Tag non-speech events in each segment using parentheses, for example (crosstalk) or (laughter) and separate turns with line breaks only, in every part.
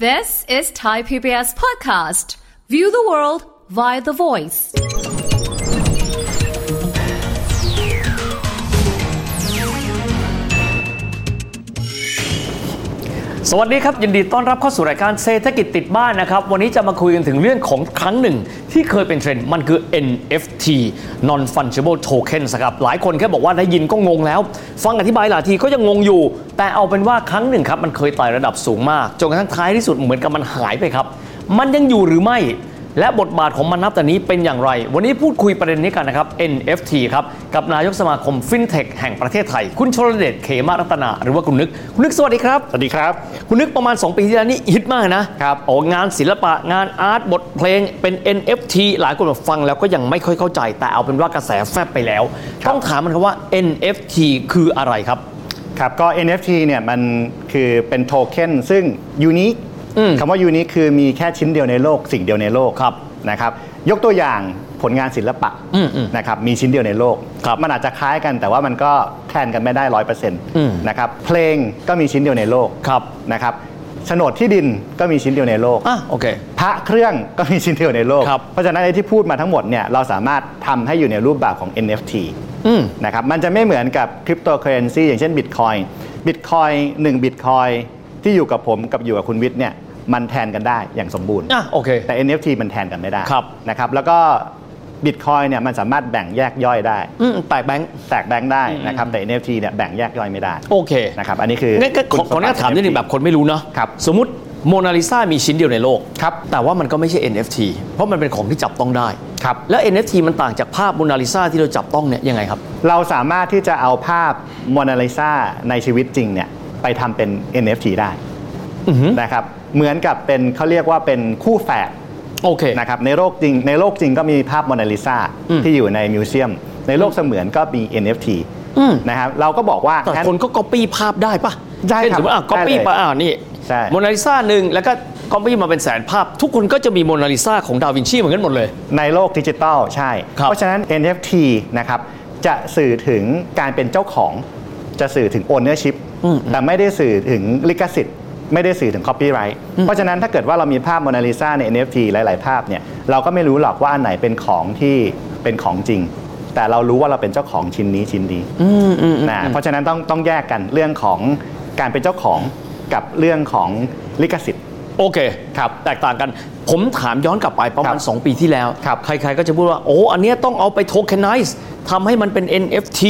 This is Thai PBS Podcast. View the world via the voice.
สวัสดีครับ ยินดีต้อนรับเข้าสู่รายการเศรษฐกิจติดบ้านนะครับ วันนี้จะมาคุยกันถึงเรื่องของครั้งหนึ่ง ที่เคยเป็นเทรนด์มันคือ NFT non fungible token ครับหลายคนแค่บอกว่าได้ยินก็งงแล้ว ฟังอธิบายหลายทีก็ยังงงอยู่ แต่เอาเป็นว่าครั้งหนึ่งครับ มันเคยไต่ระดับสูงมาก จนกระทั่งท้ายที่สุดเหมือนกับมันหายไปครับ มันยังอยู่หรือไม่ และบทบาทของมันนับแต่นี้เป็นอย่างไร วันนี้พูดคุยประเด็นนี้กันนะครับ NFT ครับ กับนายกสมาคมฟินเทคแห่งประเทศไทย คุณชลเดชเขมารัตนา หรือว่าคุณนึก คุณนึกสวัสดีครับ
สวัสดีครับ
คุณนึกประมาณ 2 ปีที่แล้วนี่ฮิตมากนะครับ โอ้งานศิลปะงานอาร์ตบทเพลงเป็น NFT หลายคนแบบฟังแล้วก็ยังไม่ค่อยเข้าใจ แต่เอาเป็นว่ากระแสแฟบไปแล้ว ต้องถามมันครับว่า NFT คืออะไรครับ
ครับก็ NFT เนี่ยมันคือเป็นโทเค็นซึ่งยูนิค
อืม
คำว่ายูนิคคือมีแค่ชิ้นเดียวในโลก สิ่งเดียวในโลก
ครับ
นะครับ ยกตัวอย่างผลงานศิลปะ
อืมอืม
นะครับมีชิ้นเดียวในโลก
ครับ
มันอาจจะคล้ายกันแต่ว่ามันก็แทนกันไม่ได้ร้อยเปอร์เซ็นต์
อืม
นะครับเพลงก็มีชิ้นเดียวในโลก
ครับ
นะครับโฉนดที่ดินก็มีชิ้นเดียวในโลก
อ่ะโอเค
พระเครื่องก็มีชิ้นเดียวในโลก
ครับ
เพราะฉะนั้นไอ้ที่พูดมาทั้งหมดเนี่ยเราสามารถทำให้อยู่ในรูปแบบของ NFT
อืม
นะครับมันจะไม่เหมือนกับคริปโตเคอเรนซีอย่างเช่นบิตคอยบิตคอยหนึ่งบิตคอยที่อยู่กับผมกับอยู่กับคุณวิทย์เนี่ยมันแทนกันได้อย่างสมบูรณ์
อ่ะโอเค
แต่ NFT มันแทนกันไม่ได้
ครับ
นะครับแล้วก็บิตคอยเนี่ยมันสามารถแบ่งแยกย่อยได้
อืมแตกแบงค์
แตกแบ่งค์ได้นะครับแต่ NFT เนี่ยแบ่งแยกย่อยไม่ได้
โอเค
นะครับอันนี้คือ
งั้นก็ขอขออนุญาตถามนิดนึงแบบคนไม่รู้เนาะ
ครับ
สมมติโมนาลิซามีชิ้นเดียวในโลก
ครับ
แต่ว่ามันก็ไม่ใช่ NFT เพราะมันเป็นของที่จับต้องได้
ครับ
แล้ว NFT มันต่างจากภาพโมนาลิซาที่เราจับต้องเนี่ยยังไงครับ
เราสามารถที่จะเอาภาพโมนาลิซาในชีวิตจริงเนี่ยไปทำเป็น NFT ได้
อือหือ
นะครับเหมือนกับเป็นเขาเรียกว่าเป็นคู่แฝด
โอเค
นะครับในโลกจริงในโลกจริงก็มีภาพโมนาลิซา
อืม
ที่อยู่ในมิวเซียม ในโลกเสมือนก็มี NFT
อืม
นะครับเราก็บอกว่า
แต่คนก็ copy ภาพได้ปะ
ได้ครับ
เช่นสมมติอ่ะ copy
ได้เลย
ไปอ่านี่
ใช่
โมนาลิซาหนึ่งแล้วก็ copy มาเป็นแสนภาพ ทุกคนก็จะมีโมนาลิซาของดาวินชีเหมือนกันหมดเลย
ในโลกดิจิตอลใช่
ครับ
เพราะฉะนั้น NFT นะครับจะสื่อถึงการเป็นเจ้าของ จะสื่อถึง ownership
อืม
แต่ไม่ได้สื่อถึงลิขสิทธิ์ ไม่ได้สื่อถึง copyright เพราะฉะนั้นถ้าเกิดว่าเรามีภาพโมนาลิซาใน NFT หลาย ๆ ภาพเนี่ยเราก็ไม่รู้หรอกว่าอันไหนเป็นของที่เป็นของจริง แต่เรารู้ว่าเราเป็นเจ้าของชิ้นนี้ชิ้นนี้นะเพราะฉะนั้นต้องต้องแยกกันเรื่องของการเป็นเจ้าของกับเรื่องของลิขสิทธิ์
โอเคครับแตกต่างกัน ผมถามย้อนกลับไปประมาณ
ครับ
2 ปีที่แล้ว
ครับ
ใครๆก็จะพูดว่า โอ้ อันเนี้ยต้องเอาไปโทเคนไนซ์ทำให้มันเป็น NFT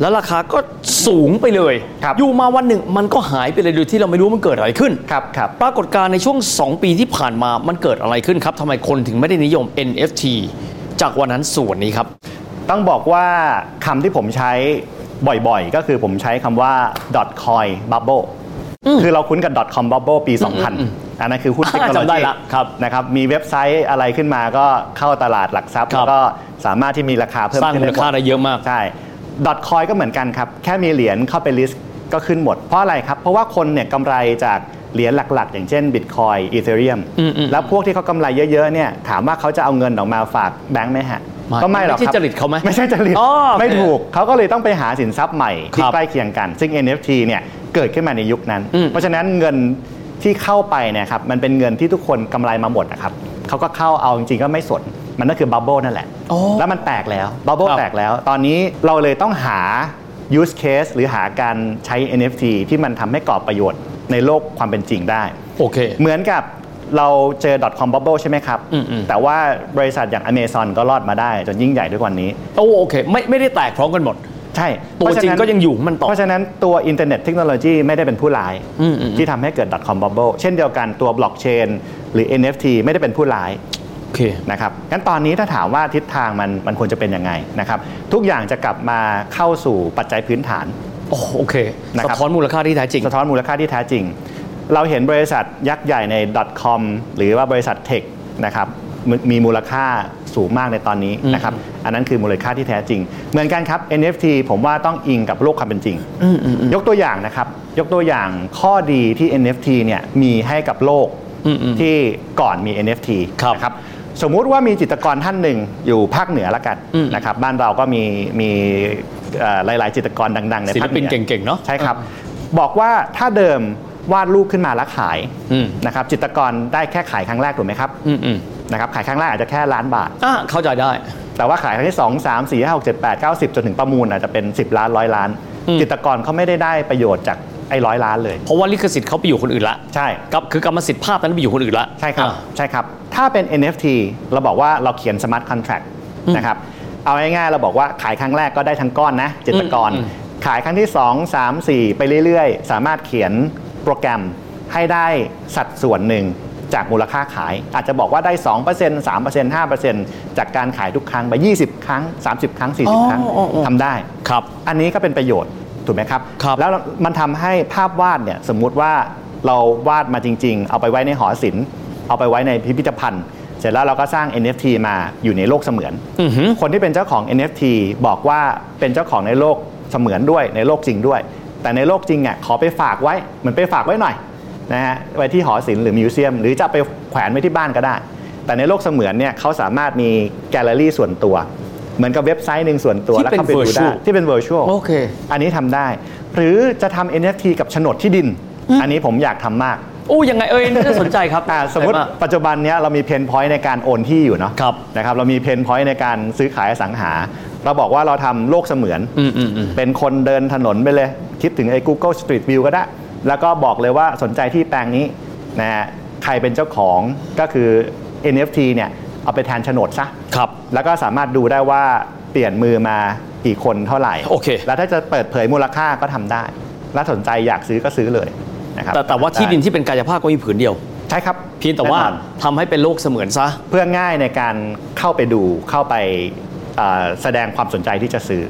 แล้วราคาก็สูงไปเลย
ครับ
อยู่มาวันหนึ่งมันก็หายไปเลยโดยที่เราไม่รู้ว่ามันเกิดอะไรขึ้น
ครับครับ
ปรากฏการณ์ในช่วง 2 ปีที่ผ่านมามันเกิดอะไรขึ้นครับทำไมคนถึงไม่ได้นิยม NFT จากวันนั้นส่วนนี้ครับ
ต้องบอกว่าคำที่ผมใช้บ่อยๆ ก็คือผมใช้คำว่า dot coin bubble คือเราคุ้นกับ dot com bubble ปี 2000 อันนั้นคือหุ้นเทคโนโล
จำได้
ยี
ละครับ
นะครับ มีเว็บไซต์อะไรขึ้นมาก็เข้าตลาดหลักทรัพย์
ครับ
แล้วก็สามารถที่มีราคาเพิ่ม
สร้าง
ขึ้น
มูล
ได้หม
ค่า
ด
ได้เยอะมาก
ใช่ dot coin ก็เหมือนกันครับ แค่มีเหรียญเข้าไปลิสต์ก็ขึ้นหมด เพราะอะไรครับ เพราะว่าคนเนี่ยกำไรจากเหรียญหลักๆ อย่างเช่น Bitcoin Ethereum
อืมอืม
แล้วพวกที่เขากำไรเยอะๆเนี่ยถามว่าเขาจะเอาเงินออกมาฝากแบงค์ไหมฮะ ก็ไม่หรอกค
ไม่
รับ
ใช่จริตเขาไหม
ไม่ใช่จริต
อ๋อโอเค
ไม่ถูกเขาก็เลยต้องไปหาสินทรัพย์ใหม่
ค
ที่
รับ
ใกล้เคียงกัน ซึ่ง NFT เนี่ยเกิดขึ้นมาในยุคนั้น
อืม
เพราะฉะนั้นเงินที่เข้าไปเนะครับมันเป็นเงินที่ทุกคนกำไรมาหมดนะครับเขาก็เข้าเอาจริงๆก็ไม่สน มันก็คือบับเบิลนั่นแหละ
อ๋อ
แล้วมันแตกแล้วบับเบิล
ครับ
แตกแล้ว ตอนนี้เราเลยต้องหา use case หรือหาการใช้ NFT ที่มันทำให้ก่อประโยชน์ในโลกความเป็นจริงได้
โอเค
เหมือนกับเราเจอ .com bubble ใช่ไหมครับ
อืม
แต่ว่าบริษัทอย่าง Amazon ก็รอดมาได้จนยิ่งใหญ่ด้วยวันนี้
โอ้โอเค ไม่ไม่ได้แตกพร้อมกันหมด
ใช่
ตัว
เพาะฉะ
จริงก็ยังอยู่มันต่อ
เพราะฉะนั้นตัวอินเทอร์เน็ตเทคโนโลยีไม่ได้เป็นผู้ร้าย
อืมอืม
ที่ทำให้เกิด .com bubble เช่นเดียวกันตัวบล็อกเชนหรือ NFT ไม่ได้เป็นผู้ร้าย
โอเค
นะครับ งั้นตอนนี้ถ้าถามว่าทิศทางมันมันควรจะเป็นยังไงนะครับ ทุกอย่างจะกลับมาเข้าสู่ปัจจัยพื้นฐาน
โอ้โอเค
นะครั
สะ
บ
ท้อนมูลค่าที่แท้จริง
สะท้อนมูลค่าที่แท้จริง เราเห็นบริษัทยักษ์ใหญ่ใน .com หรือว่าบริษัทเทคนะครับมมีมูลค่าสูงมากในตอนนี้นะครับ อันนั้นคือมูลค่าที่แท้จริง เหมือนกันครับ NFT ผมว่าต้องอิงกับโลกความเป็นจริง ยกตัวอย่างนะครับ ยกตัวอย่างข้อดีที่ NFT เนี่ยมีให้กับโลกที่ก่อนมี NFT
ครับ
นะครับ สมมุติว่ามีจิตรกรท่านหนึ่งอยู่ภาคเหนือละกัน
อืม
นะครับ บ้านเราก็มีมีเอ่อหลาย ๆ จิตรกรดัง ๆ ใน
ศิล
ภาคห
ปิน
นือ
เก่งๆเนาะ
ใช่ครับ บอกว่าถ้าเดิม วาดรูปขึ้นมาแล้วขาย
อืม
นะครับจิตรกรได้แค่ขายครั้งแรกถูกไหมครับ
อืมอืม
นะครับขายครั้งแรกอาจจะแค่ล้านบาท
อ่ะเข้าใจได้
แต่ว่าขายครั้งที่ 2 3 4 5 6 7 8 9 0 จนถึงประมูลอาจจะเป็น 10 ล้านร้อยล้าน
อืม
จิตรกรเขาไม่ได้ได้ประโยชน์จากไอ้ร้อยล้านเลย
เพราะว่าลิขสิทธิ์เขาไปอยู่คนอื่นละ
ใช่
กับคือกรรมสิทธิ์ภาพนั้นไปอยู่คนอื่นละ
ใช่ครับ
อ่ะ
ใช่ครับ ถ้าเป็น NFT เราบอกว่าเราเขียน smart contract
อืม
นะครับ เอาง่ายๆ เราบอกว่าขายครั้งแรกก็ได้ทั้งก้อนนะจิตรกร
อืมอืม
ขายครั้งที่ 2 3 4 ไปเรื่อยๆ สามารถเขียนโปรแกรมให้ได้สัดส่วนหนึ่งจากมูลค่าขาย อาจจะบอกว่าได้ 2% 3% 5%จากการขายทุกครั้งไป 20 ครั้ง 30 ครั้ง 40 ครั้งทำได้
ครับ
อันนี้ก็เป็นประโยชน์ถูกไหมครับ
ครับ
แล้วมันทำให้ภาพวาดเนี่ยสมมุติว่าเราวาดมาจริง ๆ เอาไปไว้ในหอศิลป์เอาไปไว้ในพิพิธภัณฑ์ เสร็จแล้วเราก็สร้าง NFT มาอยู่ในโลกเสมือน
อือหือ
คนที่เป็นเจ้าของ NFT บอกว่าเป็นเจ้าของในโลกเสมือนด้วยในโลกจริงด้วย แต่ในโลกจริงอ่ะขอไปฝากไว้เหมือนไปฝากไว้หน่อยนะฮะไว้ที่หอศิลป์หรือมิวเซียม หรือจะเอาไปแขวนไว้ที่บ้านก็ได้ แต่ในโลกเสมือนเนี่ยเขาสามารถมีแกลเลอรี่ส่วนตัว เหมือนกับเว็บไซต์หนึ่งส่วนตัว
ที่
แล้ว
เป็น
เข้าไปดูได้
virtual
ที่เป็น virtual
โอเค
อันนี้ทำได้ หรือจะทำ NFT กับโฉนดที่ดิน อันนี้ผมอยากทำมาก
อู้ยังไง
(laughs)
เอ้ยน่าสนใจครับ
อ่าสมมติ
อะ
ปัจจุบันเนี้ยเรามีเพนพอยต์ในการโอนที่อยู่เนาะ
ครับ
นะครับเรามีเพนพอยต์ในการซื้อขายอสังหา เราบอกว่าเราทำโลกเสมือน
อืมอืมอืม
เป็นคนเดินถนนไปเลย คิดถึงไอ้ Google Street View ก็ได้ แล้วก็บอกเลยว่าสนใจที่แปลงนี้นะฮะใครเป็นเจ้าของก็คือ NFT เนี่ยเอาไปแทนโฉนดซะ
ครับ
แล้วก็สามารถดูได้ว่าเปลี่ยนมือมากี่คนเท่าไหร่
โอเค
แล้วถ้าจะเปิดเผยมูลค่าก็ทำได้ แล้วสนใจอยากซื้อก็ซื้อเลยนะครับ
แต่แต่ว่าที่ดิน
ได้
ที่เป็นกายภาพก็มีผืนเดียว
ใช่ครับ
เพียงแต่ว่า
น่นอน
ทำให้เป็นโลกเสมือนซะ
เพื่อง่ายในการเข้าไปดูเข้าไปเอ่อแสดงความสนใจที่จะซื้อ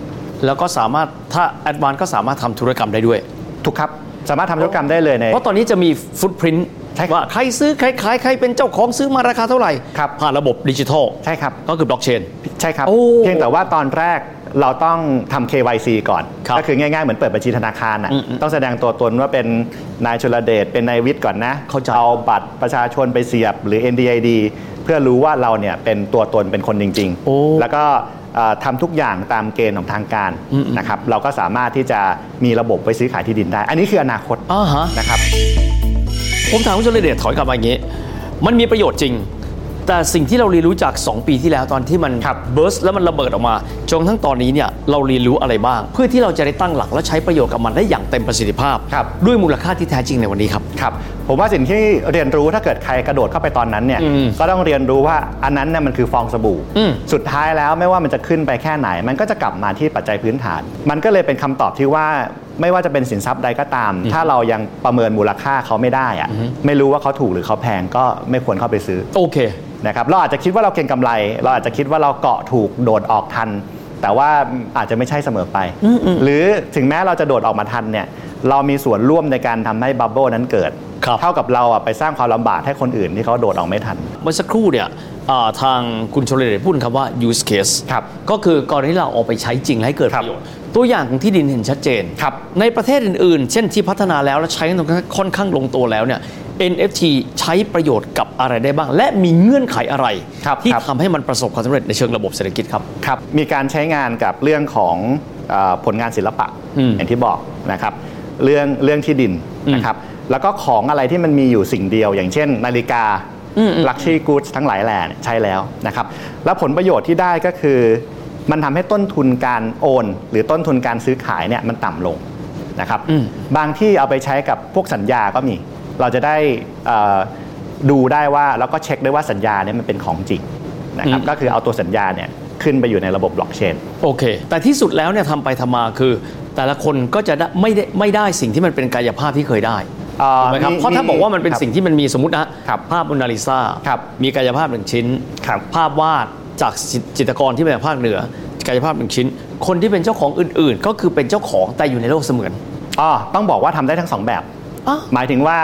แล้วก็สามารถถ้าแอดวานก็สามารถทำธุรกรรมได้ด้วย
ถูกครับ สามารถทำธุรกรรมได้เลยใน
เพราะตอนนี้จะมีฟุตพิ้น
ใช่ครับ
ว่าใครซื้อใครขายใครเป็นเจ้าของซื้อมาราคาเท่าไหร่
ครับ
ผ่านระบบดิจิทัล
ใช่ครับ
ก็คือบล็อกเชน
ใช่ครับ
โอ้
เพียงแต่ว่าตอนแรกเราต้องทำ KYC ก่อน
ครับ
ก็คือง่ายๆ เหมือนเปิดบัญชีธนาคารน่ะ
อืมอืม
ต้องแสดงตัวตนว่าเป็นนายชลเดชเป็นนายวิทย์ก่อนนะ
เข้าใจ
เอาบัตรประชาชนไปเสียบหรือ NDID เพื่อรู้ว่าเราเนี่ยเป็นตัวตนเป็นคนจริง ๆ แล้วก็เอ่อทำทุกอย่างตามเกณฑ์ของทางการนะครับเราก็สามารถที่จะมีระบบไปซื้อขายที่ดินได้ อันนี้คืออนาคต
อ่าฮะ
นะครับ
ผมถามคุณชลเดชถอยกลับมาอย่างนี้ มันมีประโยชน์จริง แต่สิ่งที่เราเรียนรู้จาก 2 ปีที่แล้วตอนที่มัน
ครับ
เบิร์สแล้วมันระเบิดออกมาจนกระทั้งตอนนี้เนี่ยเราเรียนรู้อะไรบ้าง เพื่อที่เราจะได้ตั้งหลักและใช้ประโยชน์กับมันได้อย่างเต็มประสิทธิภาพ
ครับ
ด้วยมูลค่าที่แท้จริงในวันนี้ครับ
ครับผมว่าสิ่งที่เรียนรู้ถ้าเกิดใครกระโดดเข้าไปตอนนั้นเนี่ย
อืม
ก็ต้องเรียนรู้ว่าอันนั้นเนี่ยมันคือฟองสบู่
อืม
สุดท้ายแล้วไม่ว่ามันจะขึ้นไปแค่ไหน มันก็จะกลับมาที่ปัจจัยพื้นฐาน มันก็เลยเป็นคำตอบที่ว่าไม่ว่าจะเป็นสินทรัพย์ใดก็ตาม ถ้าเรายังประเมินมูลค่าเขาไม่ได้อะ
อือฮึ
ไม่รู้ว่าเขาถูกหรือเขาแพงก็ไม่ควรเข้าไปซื้อ
โอเค
นะครับเราอาจจะคิดว่าเราเก็งกำไร เราอาจจะคิดว่าเราเกาะถูกโดดออกทัน แต่ว่าอาจจะไม่ใช่เสมอไป หรือถึงแม้เราจะโดดออกมาทันเนี่ยเรามีส่วนร่วมในการทำให้บับเบิลนั้นเกิด
ครับ
เท่ากับเราอ่ะไปสร้างความลำบากให้คนอื่นที่เขาโดดออกไม่ทัน
เมื่อสักครู่เนี่ยอ่าทางคุณชลเดชพูดคำว่า use case
ครับ
ก็คือกรณีที่เราเอาไปใช้จริงและให้เกิด
ครั
ป
บ
ระโยชน์ ตัวอย่างของที่ดินเห็นชัดเจน
ครับ
ในประเทศอื่นๆ เช่นที่พัฒนาแล้วและใช้กันค่อนข้างลงตัวแล้วเนี่ย NFT ใช้ประโยชน์กับอะไรได้บ้าง และมีเงื่อนไขอะไร
ครับ
ที่
ครับ
ทำให้มันประสบความสำเร็จในเชิงระบบเศรษฐกิจครับ
ครับมีการใช้งานกับเรื่องของเออผลงานศิลปะ
อืม
อย่างที่บอกนะครับเรื่องเรื่องที่ดินนะครับแล้วก็ของอะไรที่มันมีอยู่สิ่งเดียว อย่างเช่น นาฬิกา
อืมอืม
ลักชีกู d ทั้งหลายแหล่เนี่ยใช้แล้วนะครับแล้วผลประโยชน์ที่ได้ก็คือ มันทำให้ต้นทุนการโอน หรือต้นทุนการซื้อขายเนี่ยมันต่ำลงนะครับ
อืม
บางที่เอาไปใช้กับพวกสัญญาก็มี เราจะได้เอ่อดูได้ว่าแล้วก็เช็คได้ว่าสัญญาเนี่ยมันเป็นของจริงนะครับ
อืม
ก็คือเอาตัวสัญญาเนี่ยขึ้นไปอยู่ในระบบบล็อกเชน
โอเค แต่ที่สุดแล้วเนี่ยทำไปทำมาคือ แต่ละคนก็จะได้ไม่ได้ไม่ได้สิ่งที่มันเป็นกายภาพที่เคยได้
อ่า
ถูกไหมครับ
มี
เพราะถ้าบอกว่ามันเป็น
ครับ
สิ่งที่มันมีสมมตินะครับ ภาพมนาลิซา
ครับ
มีกายภาพหนึ่งชิ้น
ครับ
ภาพวาดจากจิตรกรที่มาจากภาคเหนือ กายภาพหนึ่งชิ้น คนที่เป็นเจ้าของอื่นๆ ก็คือเป็นเจ้าของแต่อยู่ในโลกเสมือน
๋อต้องบอกว่าทำได้ทั้งสองแบบ
อ้าว
หมายถึงว่า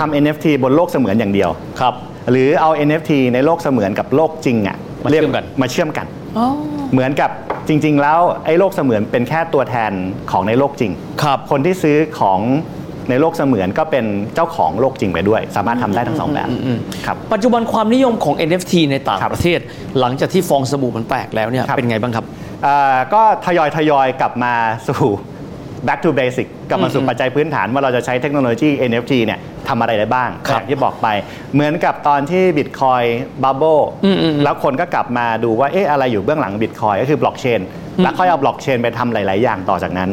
ทำ NFT บนโลกเสมือนอย่างเดียว
ครับ
หรือเอา NFT ในโลกเสมือนกับโลกจริงอ่ะ
มาเชื่อมกัน
รีมาเชื่อมกัน เหมือนกับจริง ๆ แล้วไอ้โลกเสมือนเป็นแค่ตัวแทนของในโลกจริง
ครับ
คนที่ซื้อของในโลกเสมือนก็เป็นเจ้าของโลกจริงไปด้วย สามารถทำได้ทั้งสองแบบครับ
ปัจจุบันความนิยมของ NFT ในต่าง
ครับ
ประเทศ หลังจากที่ฟองสบู่มันแตกแล้วเนี่ย
ครับ
เป็นไงบ้างครับ
เอ่อก็ทยอยทยอยกลับมาสู่ (laughs) back to basic กลับมาสู่ปัจจัยพื้นฐานว่าเราจะใช้เทคโนโลยี NFT เนี่ยทำอะไรได้บ้าง
ครับ
อย่างที่บอกไป เหมือนกับตอนที่ Bitcoin Bubble
อืมอืมอืม
แล้วคนก็กลับมาดูว่าเอ๊ะอะไรอยู่เบื้องหลัง Bitcoin ก็คือบล็อกเชนแล้วค่อยเอาบล็อกเชนไปทำหลาย ๆ อย่างต่อจากนั้น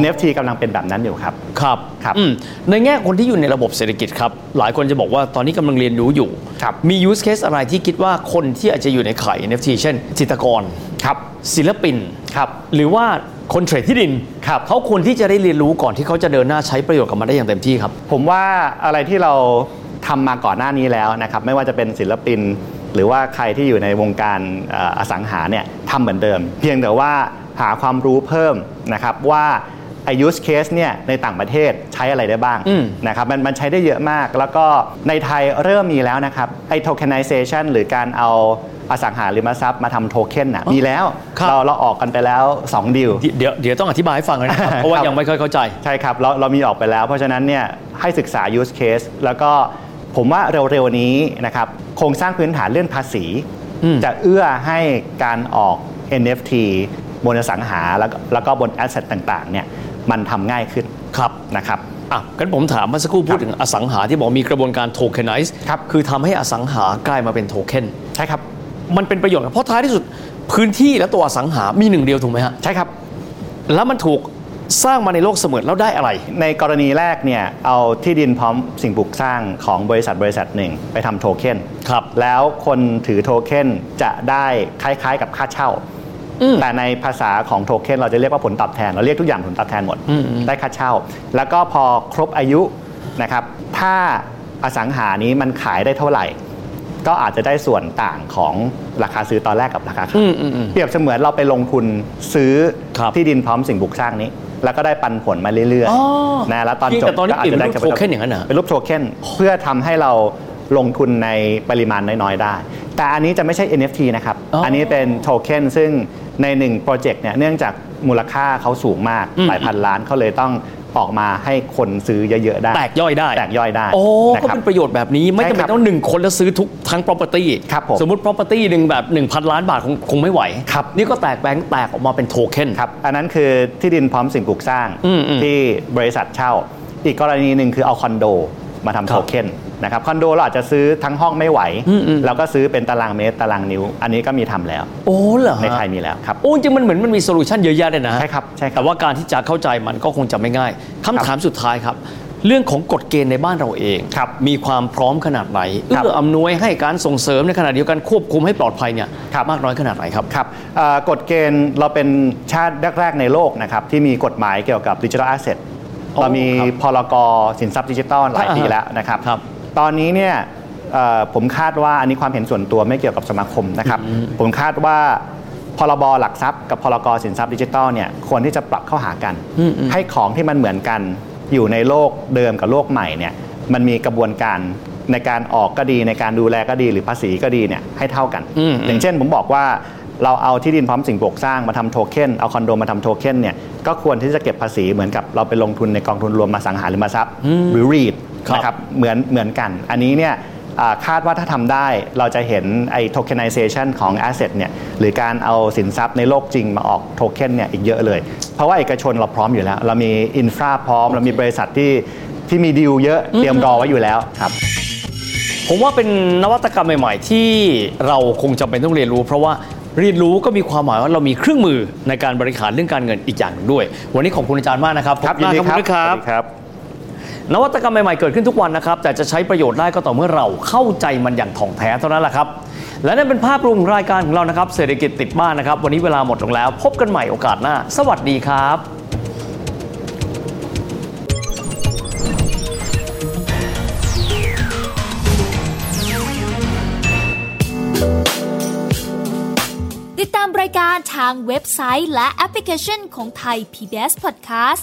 NFT กำลังเป็นแบบนั้นอยู่ครับ
ครับ
ครับ
อืมในแง่คนที่อยู่ในระบบเศรษฐกิจครับ หลายคนจะบอกว่าตอนนี้กำลังเรียนรู้อยู่
ครับ
มี use case อะไรที่คิดว่าคนที่อาจจะอยู่ในข่าย NFT เช่น จิตรกร
ครับ
ศิลปิน
ครับ
หรือว่าคนเทรดที่ดิน
ครับ
เขาควรที่จะได้เรียนรู้ก่อนที่เขาจะเดินหน้าใช้ประโยชน์กับมันได้อย่างเต็มที่ครับ
ผมว่าอะไรที่เราทำมาก่อนหน้านี้แล้วนะครับไม่ว่าจะเป็นศิลปิน หรือว่าใครที่อยู่ในวงการเอ่ออสังหาเนี่ยทำเหมือนเดิม เพียงแต่ว่าหาความรู้เพิ่มนะครับว่าไอายุสเคสเนี่ยในต่างประเทศใช้อะไรได้บ้าง
อืม
นะครับมันมันใช้ได้เยอะมาก แล้วก็ในไทยเริ่มมีแล้วนะครับไอโทเคนไนเซชันหรือการเอาอสังหาริมทรัพย์มาทำโทเค็นน่ะมีแล้วเราเราออกกันไปแล้ว2ดีล
เดี๋ยวเดี๋ยวต้องอธิบายให้ฟังเลยนะครับ เพราะว่า
(laughs) ครับ
ยังไม่ค่อยเข้าใจ
ใช่ครับเราเรามีออกไปแล้ว เพราะฉะนั้นเนี่ยให้ศึกษา use case แล้วก็ผมว่าเร็วๆนี้นะครับโครงสร้างพื้นฐานเรื่องภาษี
อืม
จะเอื้อให้การออก NFT บนอสังหาแล้วก็แล้วก็บน asset ต่างๆเนี่ยมันทำง่ายขึ้น
ครับ
นะครับ
อ่ะกันผมถามเมื่อสักครู่พูดถึงอสังหาที่บอกมีกระบวนการโทเคนไนซ์
ครับ
คือทำให้อสังหากลายมาเป็นโทเค็น
ใช่ครับ
มันเป็นประโยชน์กับเพราะท้ายที่สุดพื้นที่และตัวอสังหามีหนึ่งเดียวถูกไหมฮะ
ใช่ครับ
แล้วมันถูกสร้างมาในโลกเสมือนแล้วได้อะไร
ในกรณีแรกเนี่ยเอาที่ดินพร้อมสิ่งปลูกสร้างของบริษัทบริษัทหนึ่งไปทำโทเค็น
ครับ
แล้วคนถือโทเค็นจะได้คล้ายๆกับค่าเช่า
อืม
แต่ในภาษาของโทเค็นเราจะเรียกว่าผลตอบแทน เราเรียกทุกอย่างผลตอบแทนหมด
อืมอืม
ได้ค่าเช่า แล้วก็พอครบอายุนะครับถ้าอสังหานี้มันขายได้เท่าไหร่ ก็อาจจะได้ส่วนต่างของราคาซื้อตอนแรกกับราคาขาย
อืมอืมอืม
เปรียบเสมือนเราไปลงทุนซื้อ
ครับ
ที่ดินพร้อมสิ่งปลูกสร้างนี้ แล้วก็ได้ปันผลมาเรื่อย
อ๋อ
ๆนะแล้วตอน
เพียง
จ
แต่
บ
ตอนนี้
ก็อาจจะได้
เปลี่ยนเป็นรูปโทเค็นอย่างนั้นเหรอ
เป็นรูปโทเค็นเพื่อทำให้เราลงทุนในปริมาณน้อยๆได้ แต่อันนี้จะไม่ใช่ NFT นะครับ
อ๋ออั
อันนี้เป็นโทเค็นซึ่งในหนึ่งโปรเจกต์เนี่ยเนื่องจากมูลค่าเขาสูงมาก
อืม
หลายพันล้านเขาเลยต้องออกมาให้คนซื้อเยอะๆได้
แตกย่อยได้
แตกย่อยได้
โอ้
นะ
ก็
ครับ
เป็นประโยชน์แบบนี้ไม่จำเป็
ใช่ครับ
นต้องหนึ่งคนแล้วซื้อทุกทั้ง property
ครับผม
สมมติ property หนึ่งแบบ 1,000 ล้านบาทคงคงไม่ไหว
ครับ
นี่ก็แตกแบงค์แตกออกมาเป็นโทเค็น
ครับอันนั้นคือที่ดินพร้อมสิ่งปลูกสร้าง
อืมอืม
ที่บริษัทเช่า อีกกรณีหนึ่งคือเอาคอนโดมาทำ
ครั
โท
บ
เค็นนะครับคอนโดเราอาจจะซื้อทั้งห้องไม่ไหว
อืมอืม
แล้วก็ซื้อเป็นตารางเมตรตารางนิ้ว อันนี้ก็มีทำแล้ว
โอ้เหรอ
ใน
ฮะ
ไทยมีแล้วครับ
โอ้จริงมันเหมือนมันมีโซลูชันเยอะแยะเลยนะฮะ
ใช่ครับใช่ค
แต่
รับ
ว่าการที่จะเข้าใจมันก็คงจะไม่ง่ายคำถามสุดท้ายครับ เรื่องของกฎเกณฑ์ในบ้านเราเอง
ครับ
มีความพร้อมขนาดไหนเอื้
ครับ
ออำนวยให้การส่งเสริมในขณะเดียวกันควบคุมให้ปลอดภัยเนี่ย
ครับ
มากน้อยขนาดไหนครับ
ครับเอ่อกฎเกณฑ์เราเป็นชาติแรก ๆ ในโลกนะครับที่มีกฎหมายเกี่ยวกับดิจิทัลแอสเซท
โอ้
เรามี
ครับ
พรกสินทรัพย์ดิจิทัลหลายปี
อ่าฮะ
แล้วนะครับ
ครับ
ตอนนี้เนี่ยเอ่อผมคาดว่าอันนี้ความเห็นส่วนตัวไม่เกี่ยวกับสมาคมนะครับ ผมคาดว่าพรบหลักทรัพย์กับพรกสินทรัพย์ดิจิทัลเนี่ยควรที่จะปรับเข้าหากัน
อืมอืม
ให้ของที่มันเหมือนกันอยู่ในโลกเดิมกับโลกใหม่เนี่ยมันมีกระบวนการในการออกก็ดีในการดูแลก็ดีหรือภาษีก็ดีเนี่ยให้เท่ากัน
อืม
อย่างเช่นผมบอกว่าเราเอาที่ดินพร้อมสิ่งปลูกสร้างมาทำโทเค็นเอาคอนโดมาทำโทเค็นเนี่ยก็ควรที่จะเก็บภาษีเหมือนกับเราไปลงทุนในกองทุนรวมมาสังหาริมทรัพย์ หรือรีด
ครับ
นะครับเหมือนเหมือนกัน อันนี้เนี่ยอ่าคาดว่าถ้าทำได้เราจะเห็นไอ้ tokenization ของ asset เนี่ยหรือการเอาสินทรัพย์ในโลกจริงมาออกโทเค็นเนี่ยอีกเยอะเลย เพราะว่าเอกชนเราพร้อมอยู่แล้ว เรามีอินฟราพร้อม เรามีบริษัทที่ที่มีดีลเยอะเตรียมรอไว้อยู่แล้วครับ
ผมว่าเป็นนวัตกรรมใหม่ ๆ ที่เราคงจำเป็นต้องเรียนรู้ เพราะว่าเรียนรู้ก็มีความหมายว่าเรามีเครื่องมือในการบริหารเรื่องการเงินอีกอย่างหนึ่งด้วย วันนี้ขอบคุณอาจารย์มากนะครับขอณมาก
ส
คุ
วั
ณ
ส
ผู้ชมครับ
ดีครับ
นวัตกรรมใหม่ ๆ เกิดขึ้นทุกวันนะครับ แต่จะใช้ประโยชน์ได้ก็ต่อเมื่อเราเข้าใจมันอย่างถ่องแท้เท่านั้นแหละครับ และนั่นเป็นภาพรวมของรายการของเรานะครับ เศรษฐกิจติดบ้านนะครับ วันนี้เวลาหมดลงแล้ว พบกันใหม่โอกาสหน้า สวัสดีครับ
ติดตามรายการทางเว็บไซต์และแอปพลิเคชันของไทย PBS Podcast